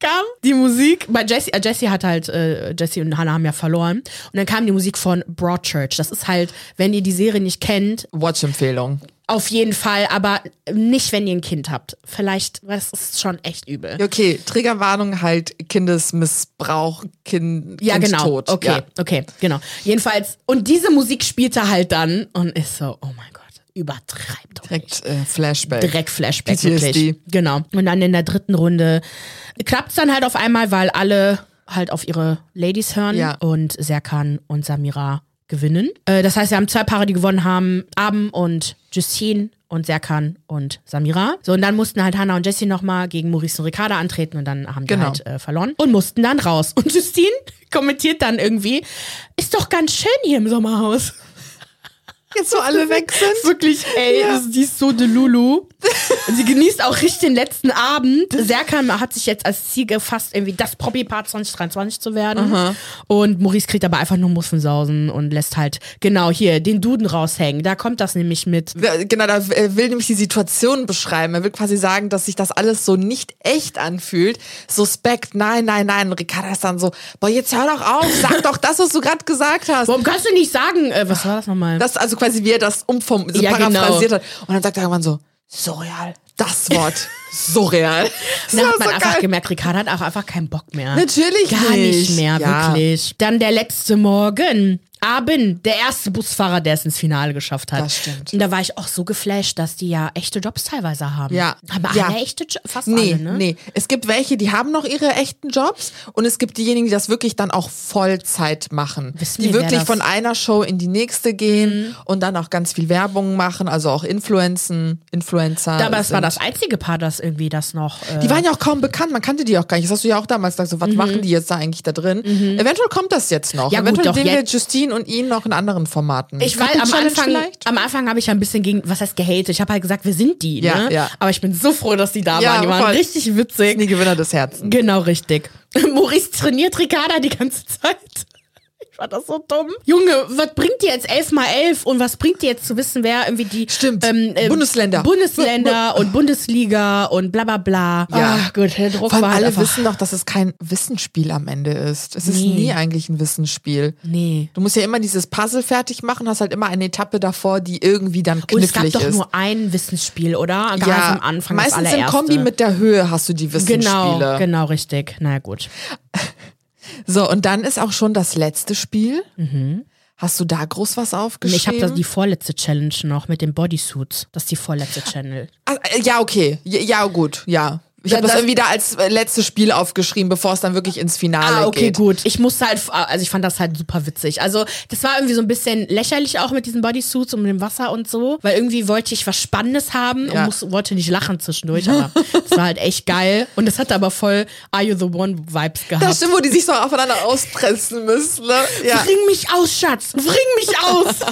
Speaker 2: kam die Musik bei Jesse. Äh, Jesse hat halt, äh, Jesse und Hannah haben ja verloren. Und dann kam die Musik von Broadchurch. Das ist halt, wenn ihr die Serie nicht kennt,
Speaker 1: Watch-Empfehlung.
Speaker 2: auf jeden Fall, aber nicht, wenn ihr ein Kind habt. Vielleicht, das ist schon echt übel.
Speaker 1: Okay, Triggerwarnung halt Kindesmissbrauch, Kind,
Speaker 2: Ja, genau.
Speaker 1: Kindstod.
Speaker 2: Okay,
Speaker 1: Ja.
Speaker 2: okay, genau. Jedenfalls, und diese Musik spielte halt dann und ist so, oh mein Gott, übertreibt doch.
Speaker 1: Direkt äh, Flashback.
Speaker 2: Direkt Flashback,
Speaker 1: PTSD.
Speaker 2: wirklich. Genau. Und dann in der dritten Runde klappt es dann halt auf einmal, weil alle halt auf ihre Ladies hören
Speaker 1: Ja.
Speaker 2: und Serkan und Samira gewinnen. Äh, das heißt, wir haben zwei Paare, die gewonnen haben, Abend und Justine und Serkan und Samira. So, und dann mussten halt Hannah und Jessie nochmal gegen Maurice und Ricarda antreten und dann haben die
Speaker 1: Genau.
Speaker 2: halt äh, verloren und mussten dann raus. Und Justine (laughs) kommentiert dann irgendwie, ist doch ganz schön hier im Sommerhaus.
Speaker 1: Jetzt, wo alle weg sind.
Speaker 2: (laughs) Wirklich, ey,
Speaker 1: Ja.
Speaker 2: das, die ist so de Lulu. Sie genießt auch richtig den letzten Abend. Serkan hat sich jetzt als Ziel gefasst, irgendwie das Probi-Part 2023 zu werden. Und Maurice kriegt aber einfach nur Muffensausen und lässt halt, genau, hier, den Duden raushängen. Da kommt das nämlich mit.
Speaker 1: Ja, Genau, da äh, will nämlich die Situation beschreiben. Er will quasi sagen, dass sich das alles so nicht echt anfühlt. Suspekt, nein, nein, nein. Und Ricarda ist dann so, boah, jetzt hör doch auf, sag doch das, was du gerade gesagt hast.
Speaker 2: Warum kannst du nicht sagen, äh, was war das nochmal?
Speaker 1: Das, also quasi, wie er das umform, so
Speaker 2: Ja, genau.
Speaker 1: paraphrasiert hat. Und dann sagt er irgendwann so, surreal. Das Wort, surreal. Das
Speaker 2: Da
Speaker 1: war
Speaker 2: hat man
Speaker 1: so
Speaker 2: einfach
Speaker 1: geil.
Speaker 2: gemerkt, Ricarda hat auch einfach keinen Bock mehr.
Speaker 1: Natürlich
Speaker 2: Gar nicht,
Speaker 1: nicht.
Speaker 2: mehr,
Speaker 1: Ja.
Speaker 2: wirklich. Dann der letzte Morgen. Abend, der erste Busfahrer, der es ins Finale geschafft hat.
Speaker 1: Das stimmt.
Speaker 2: Und da war ich auch so geflasht, dass die ja echte Jobs teilweise haben.
Speaker 1: Ja.
Speaker 2: Haben alle
Speaker 1: Ja.
Speaker 2: echte Jobs? Fast
Speaker 1: Nee,
Speaker 2: alle, ne?
Speaker 1: nee. Es gibt welche, die haben noch ihre echten Jobs und es gibt diejenigen, die das wirklich dann auch Vollzeit machen.
Speaker 2: Wissen
Speaker 1: die
Speaker 2: wir, wer
Speaker 1: wirklich
Speaker 2: das- Mhm.
Speaker 1: von einer Show in die nächste gehen und dann auch ganz viel Werbung machen, also auch Influenzen, Influencer.
Speaker 2: Aber es war
Speaker 1: sind.
Speaker 2: das einzige Paar, das irgendwie das noch. Äh,
Speaker 1: Die waren ja auch kaum bekannt, man kannte die auch gar nicht. Das hast du ja auch damals gesagt, so, was machen die jetzt da eigentlich da drin? Eventuell kommt das jetzt noch.
Speaker 2: Mhm. Ja, gut,
Speaker 1: Eventuell
Speaker 2: doch,
Speaker 1: sehen wir
Speaker 2: jetzt-
Speaker 1: Justine und ihn noch in anderen Formaten.
Speaker 2: ich war
Speaker 1: Couple
Speaker 2: am
Speaker 1: Challenge
Speaker 2: Anfang,
Speaker 1: vielleicht?
Speaker 2: am Anfang habe ich ja ein bisschen gegen, was heißt gehatet? Ich habe halt gesagt, wir sind die,
Speaker 1: Ja,
Speaker 2: ne?
Speaker 1: ja.
Speaker 2: Aber ich bin so froh, dass die da
Speaker 1: Ja,
Speaker 2: waren. Die waren
Speaker 1: voll.
Speaker 2: richtig witzig.
Speaker 1: sind die Gewinner des Herzens.
Speaker 2: (laughs) Genau, richtig. Maurice trainiert Ricarda die ganze Zeit. (laughs) Ich war das so dumm. Junge, was bringt dir jetzt 11 mal 11 und was bringt dir jetzt zu wissen, wer irgendwie die ähm,
Speaker 1: Stimmt. Bundesländer. (laughs)
Speaker 2: Bundesländer und Bundesliga und bla bla bla.
Speaker 1: Ja.
Speaker 2: Ach gut, der Druck
Speaker 1: Vor allem
Speaker 2: war halt
Speaker 1: alle
Speaker 2: einfach.
Speaker 1: wissen doch, dass es kein Wissensspiel am Ende ist. Es ist
Speaker 2: Nee.
Speaker 1: nie eigentlich ein Wissensspiel.
Speaker 2: Nee.
Speaker 1: Du musst ja immer dieses Puzzle fertig machen, hast halt immer eine Etappe davor, die irgendwie dann
Speaker 2: Und Oh, es gab
Speaker 1: knifflig
Speaker 2: doch
Speaker 1: ist.
Speaker 2: nur ein Wissensspiel, oder? Ganz am Anfang. das
Speaker 1: meistens im
Speaker 2: allererste.
Speaker 1: Kombi mit der Höhe hast du die Wissensspiele.
Speaker 2: Genau, genau, richtig. Na gut.
Speaker 1: So, und dann ist auch schon das letzte Spiel. Hast du da groß was aufgeschrieben?
Speaker 2: Mhm. Ich habe da die vorletzte Challenge noch mit dem Bodysuit. Das ist die vorletzte Challenge.
Speaker 1: Ah, äh, ja, okay. Ja, ja gut, ja. Ich
Speaker 2: Ja,
Speaker 1: habe das,
Speaker 2: das-
Speaker 1: irgendwie da als äh, letztes Spiel aufgeschrieben, bevor es dann wirklich ins Finale
Speaker 2: Ah, okay,
Speaker 1: geht.
Speaker 2: gut. Ich musste halt, also ich fand das halt super witzig. Also das war irgendwie so ein bisschen lächerlich auch mit diesen Bodysuits und dem Wasser und so, weil irgendwie wollte ich was Spannendes haben
Speaker 1: Ja.
Speaker 2: und muss, wollte nicht lachen zwischendurch, (laughs) aber das war halt echt geil. Und das hatte aber voll Are You the One Vibes gehabt.
Speaker 1: Das stimmt, wo die sich so aufeinander auspressen müssen.
Speaker 2: (laughs)
Speaker 1: Ne? Ja.
Speaker 2: Bring mich aus, Schatz. Bring mich aus. (laughs)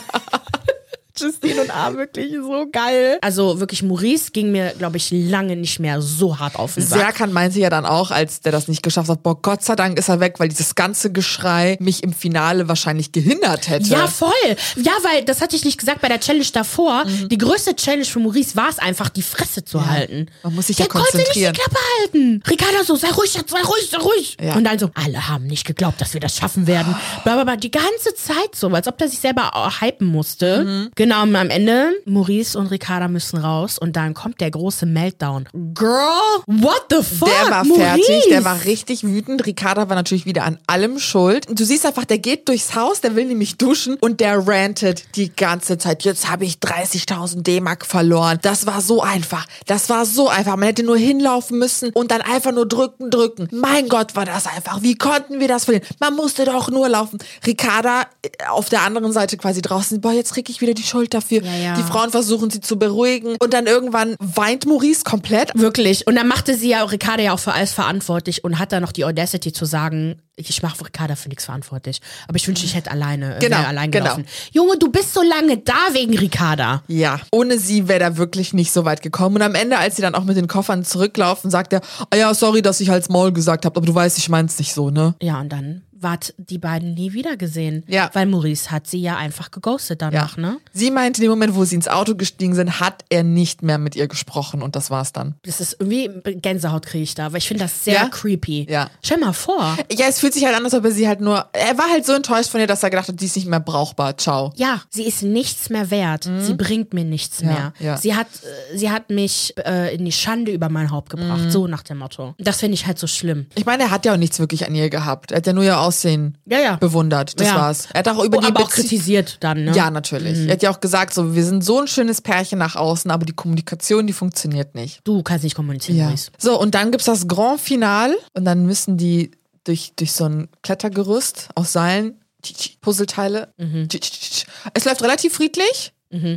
Speaker 2: Justine und A wirklich so geil. Also wirklich, Maurice ging mir, glaube ich, lange nicht mehr so hart auf den Sack.
Speaker 1: Serkan meinte ja dann auch, als der das nicht geschafft hat, boah, Gott sei Dank ist er weg, weil dieses ganze Geschrei mich im Finale wahrscheinlich gehindert hätte.
Speaker 2: Ja, voll. Ja, weil, das hatte ich nicht gesagt bei der Challenge davor.
Speaker 1: Mhm.
Speaker 2: Die größte Challenge für Maurice war es einfach, die Fresse zu halten.
Speaker 1: man muss sich
Speaker 2: Der
Speaker 1: ja
Speaker 2: konnte nicht die
Speaker 1: konzentrieren.
Speaker 2: Klappe halten. Ricarda so, sei ruhig, Schatz, sei ruhig, sei ruhig.
Speaker 1: Ja.
Speaker 2: Und dann so, alle haben nicht geglaubt, dass wir das schaffen werden. Blablabla, die ganze Zeit so, als ob der sich selber auch hypen musste.
Speaker 1: Mhm.
Speaker 2: Genau, und am Ende, Maurice und Ricarda müssen raus und dann kommt der große Meltdown. Girl, what the fuck?
Speaker 1: Der war
Speaker 2: Maurice?
Speaker 1: fertig, der war richtig wütend. Ricarda war natürlich wieder an allem schuld. Und Du siehst einfach, der geht durchs Haus, der will nämlich duschen und der rantet die ganze Zeit. Jetzt habe ich 30.000 D-Mark verloren. Das war so einfach. Das war so einfach. Man hätte nur hinlaufen müssen und dann einfach nur drücken, drücken. Mein Gott, war das einfach. Wie konnten wir das verlieren? Man musste doch nur laufen. Ricarda äh, auf der anderen Seite quasi draußen. Boah, jetzt krieg ich wieder die Schuld dafür.
Speaker 2: Ja, ja.
Speaker 1: Die Frauen versuchen sie zu beruhigen und dann irgendwann weint Maurice komplett.
Speaker 2: Wirklich. Und dann machte sie ja Ricarda ja auch für alles verantwortlich und hat dann noch die Audacity zu sagen, ich mache Ricarda für nichts verantwortlich. Aber ich wünschte, ich hätte alleine,
Speaker 1: Genau,
Speaker 2: genau, allein
Speaker 1: genau.
Speaker 2: gelaufen. Junge, du bist so lange da wegen Ricarda.
Speaker 1: Ja, ohne sie wäre er wirklich nicht so weit gekommen. Und am Ende, als sie dann auch mit den Koffern zurücklaufen, sagt er, ah ja, sorry, dass ich halt's Maul gesagt habe, aber du weißt, ich mein's nicht so, ne?
Speaker 2: Ja, und dann ward die beiden nie wieder gesehen.
Speaker 1: Ja.
Speaker 2: Weil Maurice hat sie ja einfach geghostet danach, ne?
Speaker 1: Sie meint, in dem Moment, wo sie ins Auto gestiegen sind, hat er nicht mehr mit ihr gesprochen und das war's dann.
Speaker 2: Das ist irgendwie, Gänsehaut kriege ich da, weil ich finde das sehr
Speaker 1: Ja?
Speaker 2: creepy.
Speaker 1: Ja.
Speaker 2: Stell mal vor.
Speaker 1: Ja, es fühlt sich halt an, als ob er sie halt nur, er war halt so enttäuscht von ihr, dass er gedacht hat, die ist nicht mehr brauchbar, ciao.
Speaker 2: Ja, sie ist nichts mehr wert. Sie bringt mir nichts mehr.
Speaker 1: Mhm. ja.
Speaker 2: Sie hat, äh, sie hat mich äh, in die Schande über mein Haupt gebracht.
Speaker 1: Mhm.
Speaker 2: So nach dem Motto. Das finde ich halt so schlimm.
Speaker 1: Ich meine, er hat ja auch nichts wirklich an ihr gehabt. Er hat ja nur ihr Aussehen
Speaker 2: Ja, ja.
Speaker 1: bewundert, das
Speaker 2: Ja.
Speaker 1: war's. Er hat auch über
Speaker 2: Oh,
Speaker 1: die
Speaker 2: aber auch
Speaker 1: Bezie-
Speaker 2: kritisiert dann, ne?
Speaker 1: Ja, natürlich. Er hat ja auch gesagt, so, wir sind so ein schönes Pärchen nach außen, aber die Kommunikation, die funktioniert nicht.
Speaker 2: Du kannst nicht kommunizieren,
Speaker 1: Ja.
Speaker 2: Maurice.
Speaker 1: So, und dann gibt's das Grand Finale und dann müssen die durch, durch so ein Klettergerüst aus Seilen, tsch, tsch, Puzzleteile. tsch, tsch, tsch, tsch. Es läuft relativ friedlich.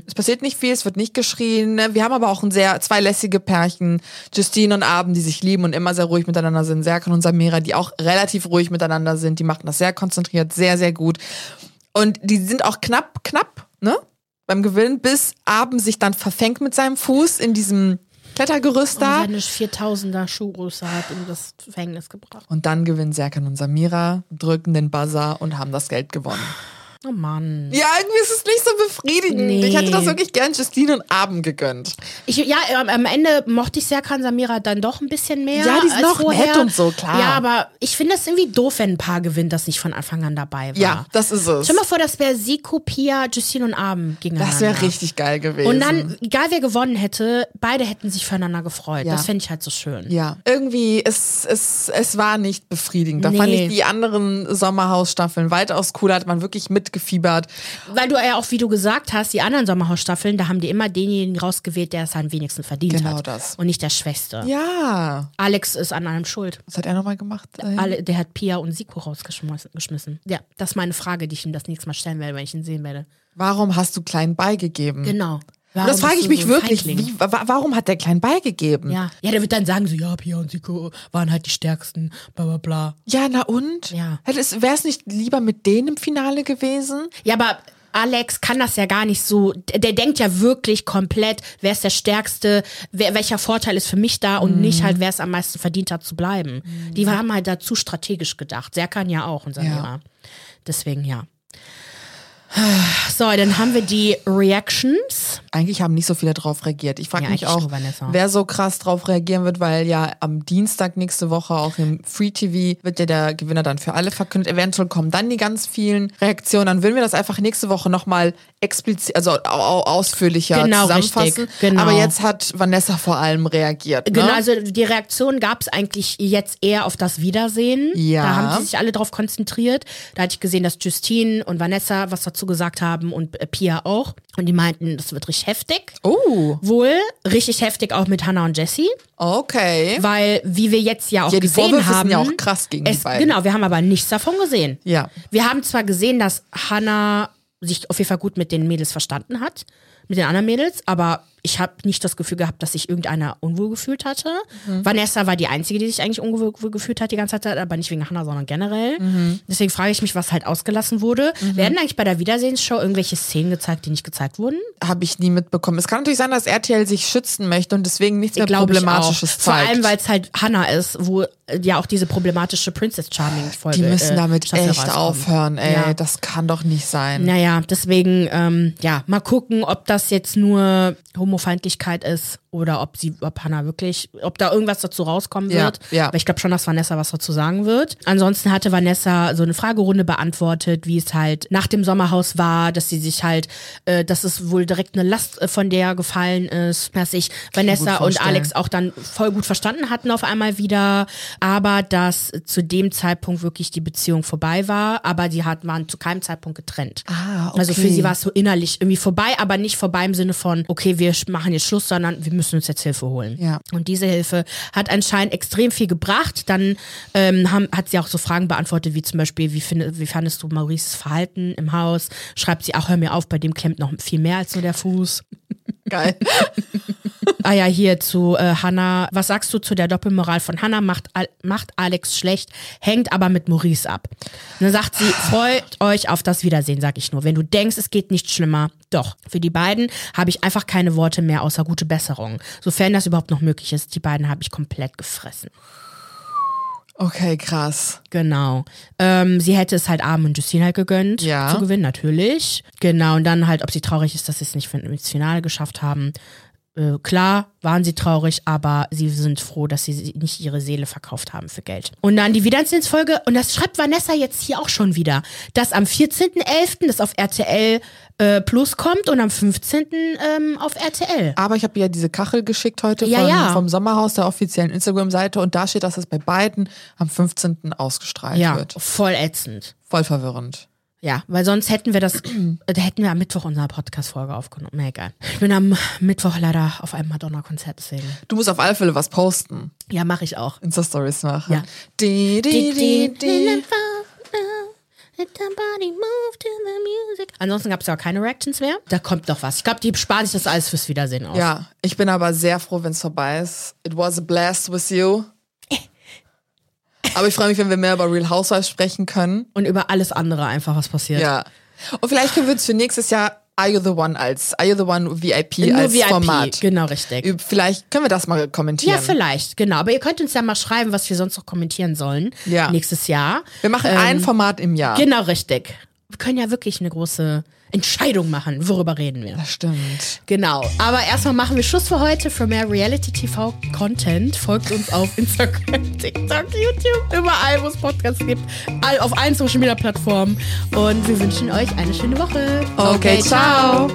Speaker 1: Es passiert nicht viel, es wird nicht geschrien. ne? Wir haben aber auch ein sehr zwei lässige Pärchen, Justine und Abend, die sich lieben und immer sehr ruhig miteinander sind. Serkan und Samira, die auch relativ ruhig miteinander sind. Die machen das sehr konzentriert, sehr, sehr gut. Und die sind auch knapp, knapp, ne? Beim Gewinn, bis Abend sich dann verfängt mit seinem Fuß in diesem Klettergerüst da.
Speaker 2: Und seine 4000er Oh, Schuhgröße hat in das Gefängnis gebracht.
Speaker 1: Und dann gewinnen Serkan und Samira, drücken den Buzzer und haben das Geld gewonnen.
Speaker 2: Oh Mann.
Speaker 1: Ja, irgendwie ist es nicht so befriedigend.
Speaker 2: Nee.
Speaker 1: Ich hätte das wirklich gern Justine und Abend gegönnt.
Speaker 2: Ich, ja, am- am Ende mochte ich Serkan Samira dann doch ein bisschen mehr.
Speaker 1: Ja, die sind
Speaker 2: als
Speaker 1: auch
Speaker 2: vorher.
Speaker 1: nett und so, klar.
Speaker 2: Ja, aber ich finde das irgendwie doof, wenn ein Paar gewinnt, das nicht von Anfang an dabei war.
Speaker 1: Ja, das ist es.
Speaker 2: Stell mal vor, das wäre Siko, Pia, Justine und Abend gegeneinander.
Speaker 1: Das wäre richtig geil gewesen.
Speaker 2: Und dann, egal wer gewonnen hätte, beide hätten sich füreinander gefreut.
Speaker 1: Ja.
Speaker 2: Das fände ich halt so schön.
Speaker 1: Ja, irgendwie, es, es, es war nicht befriedigend. Da fand
Speaker 2: Nee.
Speaker 1: ich die anderen Sommerhausstaffeln weitaus cooler, hat man wirklich mitgefiebert.
Speaker 2: Weil du ja auch, wie du gesagt hast, die anderen Sommerhausstaffeln, da haben die immer denjenigen rausgewählt, der es am wenigsten verdient
Speaker 1: Genau
Speaker 2: hat.
Speaker 1: das.
Speaker 2: Und nicht der Schwächste.
Speaker 1: Ja.
Speaker 2: Alex ist an allem schuld.
Speaker 1: Was hat er nochmal gemacht? Äh,
Speaker 2: Ale, der hat Pia und Siko rausgeschmissen. geschmissen. Ja, das ist meine Frage, die ich ihm das nächste Mal stellen werde, wenn ich ihn sehen werde.
Speaker 1: Warum hast du klein beigegeben?
Speaker 2: Genau.
Speaker 1: Und
Speaker 2: Warum
Speaker 1: das frage
Speaker 2: bist
Speaker 1: ich
Speaker 2: du
Speaker 1: mich
Speaker 2: so ein
Speaker 1: wirklich.
Speaker 2: Feigling?
Speaker 1: Wie, wa warum hat der klein beigegeben?
Speaker 2: Ja. ja, der wird dann sagen so, ja, Pia und Siko waren halt die Stärksten, bla bla bla.
Speaker 1: Ja, na und?
Speaker 2: Ja.
Speaker 1: Wäre es nicht lieber mit denen im Finale gewesen?
Speaker 2: Ja, aber Alex kann das ja gar nicht so. Der, der denkt ja wirklich komplett, wer ist der Stärkste, wer, welcher Vorteil ist für mich da und nicht halt, wer es am meisten verdient hat zu bleiben. Die haben halt dazu strategisch gedacht. Serkan ja auch, unser
Speaker 1: Ja.
Speaker 2: Lehrer. Deswegen ja. So, dann haben wir die Reactions.
Speaker 1: Eigentlich haben nicht so viele drauf reagiert. Ich frage
Speaker 2: Ja,
Speaker 1: mich
Speaker 2: eigentlich
Speaker 1: auch,
Speaker 2: schon, Vanessa.
Speaker 1: wer so krass drauf reagieren wird, weil ja am Dienstag nächste Woche auch im Free TV wird ja der Gewinner dann für alle verkündet. Eventuell kommen dann die ganz vielen Reaktionen. Dann würden wir das einfach nächste Woche nochmal explizit, also au- au- ausführlicher
Speaker 2: Genau,
Speaker 1: zusammenfassen.
Speaker 2: richtig, genau.
Speaker 1: Aber jetzt hat Vanessa vor allem reagiert. Ne?
Speaker 2: Genau, also die Reaktion gab es eigentlich jetzt eher auf das Wiedersehen.
Speaker 1: Ja.
Speaker 2: Da haben sie sich alle drauf konzentriert. Da hatte ich gesehen, dass Justine und Vanessa was dazu gesagt haben und äh, Pia auch. Und die meinten, das wird richtig heftig.
Speaker 1: oh,
Speaker 2: Wohl richtig heftig auch mit Hannah und Jessie,
Speaker 1: Uh, okay.
Speaker 2: weil wie wir jetzt ja auch
Speaker 1: Ja, die
Speaker 2: gesehen
Speaker 1: Vorwürfe
Speaker 2: haben,
Speaker 1: sind ja auch krass gegen die
Speaker 2: es,
Speaker 1: beiden.
Speaker 2: Genau, wir haben aber nichts davon gesehen.
Speaker 1: Ja.
Speaker 2: Wir haben zwar gesehen, dass Hannah sich auf jeden Fall gut mit den Mädels verstanden hat, mit den anderen Mädels, aber ich habe nicht das Gefühl gehabt, dass sich irgendeiner unwohl gefühlt hatte.
Speaker 1: Mhm.
Speaker 2: Vanessa war die Einzige, die sich eigentlich unwohl gefühlt hat die ganze Zeit, aber nicht wegen Hannah, sondern generell.
Speaker 1: Mhm.
Speaker 2: Deswegen frage ich mich, was halt ausgelassen wurde. Werden eigentlich bei der Wiedersehensshow irgendwelche Szenen gezeigt, die nicht gezeigt wurden?
Speaker 1: Habe ich nie mitbekommen. Es kann natürlich sein, dass RTL sich schützen möchte und deswegen nichts mehr
Speaker 2: Glaube ich
Speaker 1: Problematisches
Speaker 2: auch. Vor
Speaker 1: zeigt.
Speaker 2: allem, weil es halt Hannah ist, wo äh, ja auch diese problematische Princess Charming-Folge
Speaker 1: die müssen
Speaker 2: äh,
Speaker 1: damit
Speaker 2: Staffel
Speaker 1: echt
Speaker 2: rauskommt.
Speaker 1: aufhören, ey.
Speaker 2: Ja.
Speaker 1: Das kann doch nicht sein.
Speaker 2: Naja, deswegen, ähm, ja, mal gucken, ob das jetzt nur Homofeindlichkeit ist oder ob sie, ob Hannah wirklich, ob da irgendwas dazu rauskommen
Speaker 1: Ja,
Speaker 2: wird.
Speaker 1: ja.
Speaker 2: Weil ich glaube schon, dass Vanessa was dazu sagen wird. Ansonsten hatte Vanessa so eine Fragerunde beantwortet, wie es halt nach dem Sommerhaus war, dass sie sich halt, äh, dass es wohl direkt eine Last äh, von der gefallen ist, dass sich Vanessa und
Speaker 1: vorstellen.
Speaker 2: Alex auch dann voll gut verstanden hatten auf einmal wieder, aber dass zu dem Zeitpunkt wirklich die Beziehung vorbei war, aber die hat, waren zu keinem Zeitpunkt getrennt.
Speaker 1: Ah, okay.
Speaker 2: Also für sie war es so innerlich irgendwie vorbei, aber nicht vorbei im Sinne von, okay, wir sch- machen jetzt Schluss, sondern wir müssen uns jetzt Hilfe holen.
Speaker 1: Ja.
Speaker 2: Und diese Hilfe hat anscheinend extrem viel gebracht. Dann ähm, haben, hat sie auch so Fragen beantwortet, wie zum Beispiel, wie, finde, wie fandest du Maurices Verhalten im Haus? Schreibt sie, ach, hör mir auf, bei dem klemmt noch viel mehr als nur der Fuß.
Speaker 1: Geil.
Speaker 2: Ah ja, hier zu äh, Hannah. Was sagst du zu der Doppelmoral von Hannah? Macht, Al macht Alex schlecht, hängt aber mit Maurice ab. Und dann sagt sie, freut euch auf das Wiedersehen, sag ich nur. Wenn du denkst, es geht nicht schlimmer, doch. Für die beiden habe ich einfach keine Worte mehr, außer gute Besserung. Sofern das überhaupt noch möglich ist, die beiden habe ich komplett gefressen.
Speaker 1: Okay, krass.
Speaker 2: Genau. Ähm, sie hätte es halt Arm und Justine halt gegönnt
Speaker 1: Ja.
Speaker 2: zu gewinnen, natürlich. Genau, und dann halt, ob sie traurig ist, dass sie es nicht ins Finale geschafft haben. Äh, klar, waren sie traurig, aber sie sind froh, dass sie sie nicht ihre Seele verkauft haben für Geld. Und dann die Wiedersehensfolge, und das schreibt Vanessa jetzt hier auch schon wieder, dass am 14.11. das auf RTL äh, Plus kommt und am 15. Ähm, auf RTL.
Speaker 1: Aber ich habe ja diese Kachel geschickt heute
Speaker 2: Ja,
Speaker 1: von,
Speaker 2: ja.
Speaker 1: vom Sommerhaus der offiziellen Instagram-Seite und da steht, dass es bei beiden am 15. ausgestrahlt
Speaker 2: Ja,
Speaker 1: wird.
Speaker 2: voll ätzend.
Speaker 1: Voll verwirrend.
Speaker 2: Ja, weil sonst hätten wir
Speaker 1: (clears throat)
Speaker 2: das, äh, da hätten wir am Mittwoch unsere Podcast-Folge aufgenommen. Na egal. Ich bin am Mittwoch leider auf einem Madonna-Konzert, deswegen.
Speaker 1: Du musst auf alle Fälle was posten.
Speaker 2: Ja, mache ich auch.
Speaker 1: Insta-Stories machen.
Speaker 2: Ja.
Speaker 1: Di, di, di, di.
Speaker 2: Ansonsten gab es ja auch keine Reactions mehr. Da kommt noch was. Ich glaube, die sparen sich das alles fürs Wiedersehen aus.
Speaker 1: Ja, ich bin aber sehr froh, wenn es vorbei ist. It was a blast with you. Aber ich freue mich, wenn wir mehr über Real Housewives sprechen können.
Speaker 2: Und über alles andere einfach, was passiert.
Speaker 1: Ja. Und vielleicht können wir uns für nächstes Jahr Are You the One als Are You the One VIP
Speaker 2: Nur
Speaker 1: als
Speaker 2: VIP.
Speaker 1: Format.
Speaker 2: Genau, richtig.
Speaker 1: Üb- Vielleicht können wir das mal
Speaker 2: Ja,
Speaker 1: kommentieren.
Speaker 2: vielleicht, genau. Aber ihr könnt uns ja mal schreiben, was wir sonst noch kommentieren sollen.
Speaker 1: Ja.
Speaker 2: Nächstes Jahr. Ähm,
Speaker 1: wir machen ein Format im Jahr.
Speaker 2: Genau, richtig. Wir können ja wirklich eine große Entscheidung machen. Worüber reden wir?
Speaker 1: Das stimmt.
Speaker 2: Genau. Aber erstmal machen wir Schluss für heute. Für mehr Reality TV Content folgt uns auf Instagram, (laughs) TikTok, YouTube, überall, wo es Podcasts gibt, all, auf allen Social Media Plattformen. Und wir wünschen euch eine schöne Woche.
Speaker 1: Okay, ciao.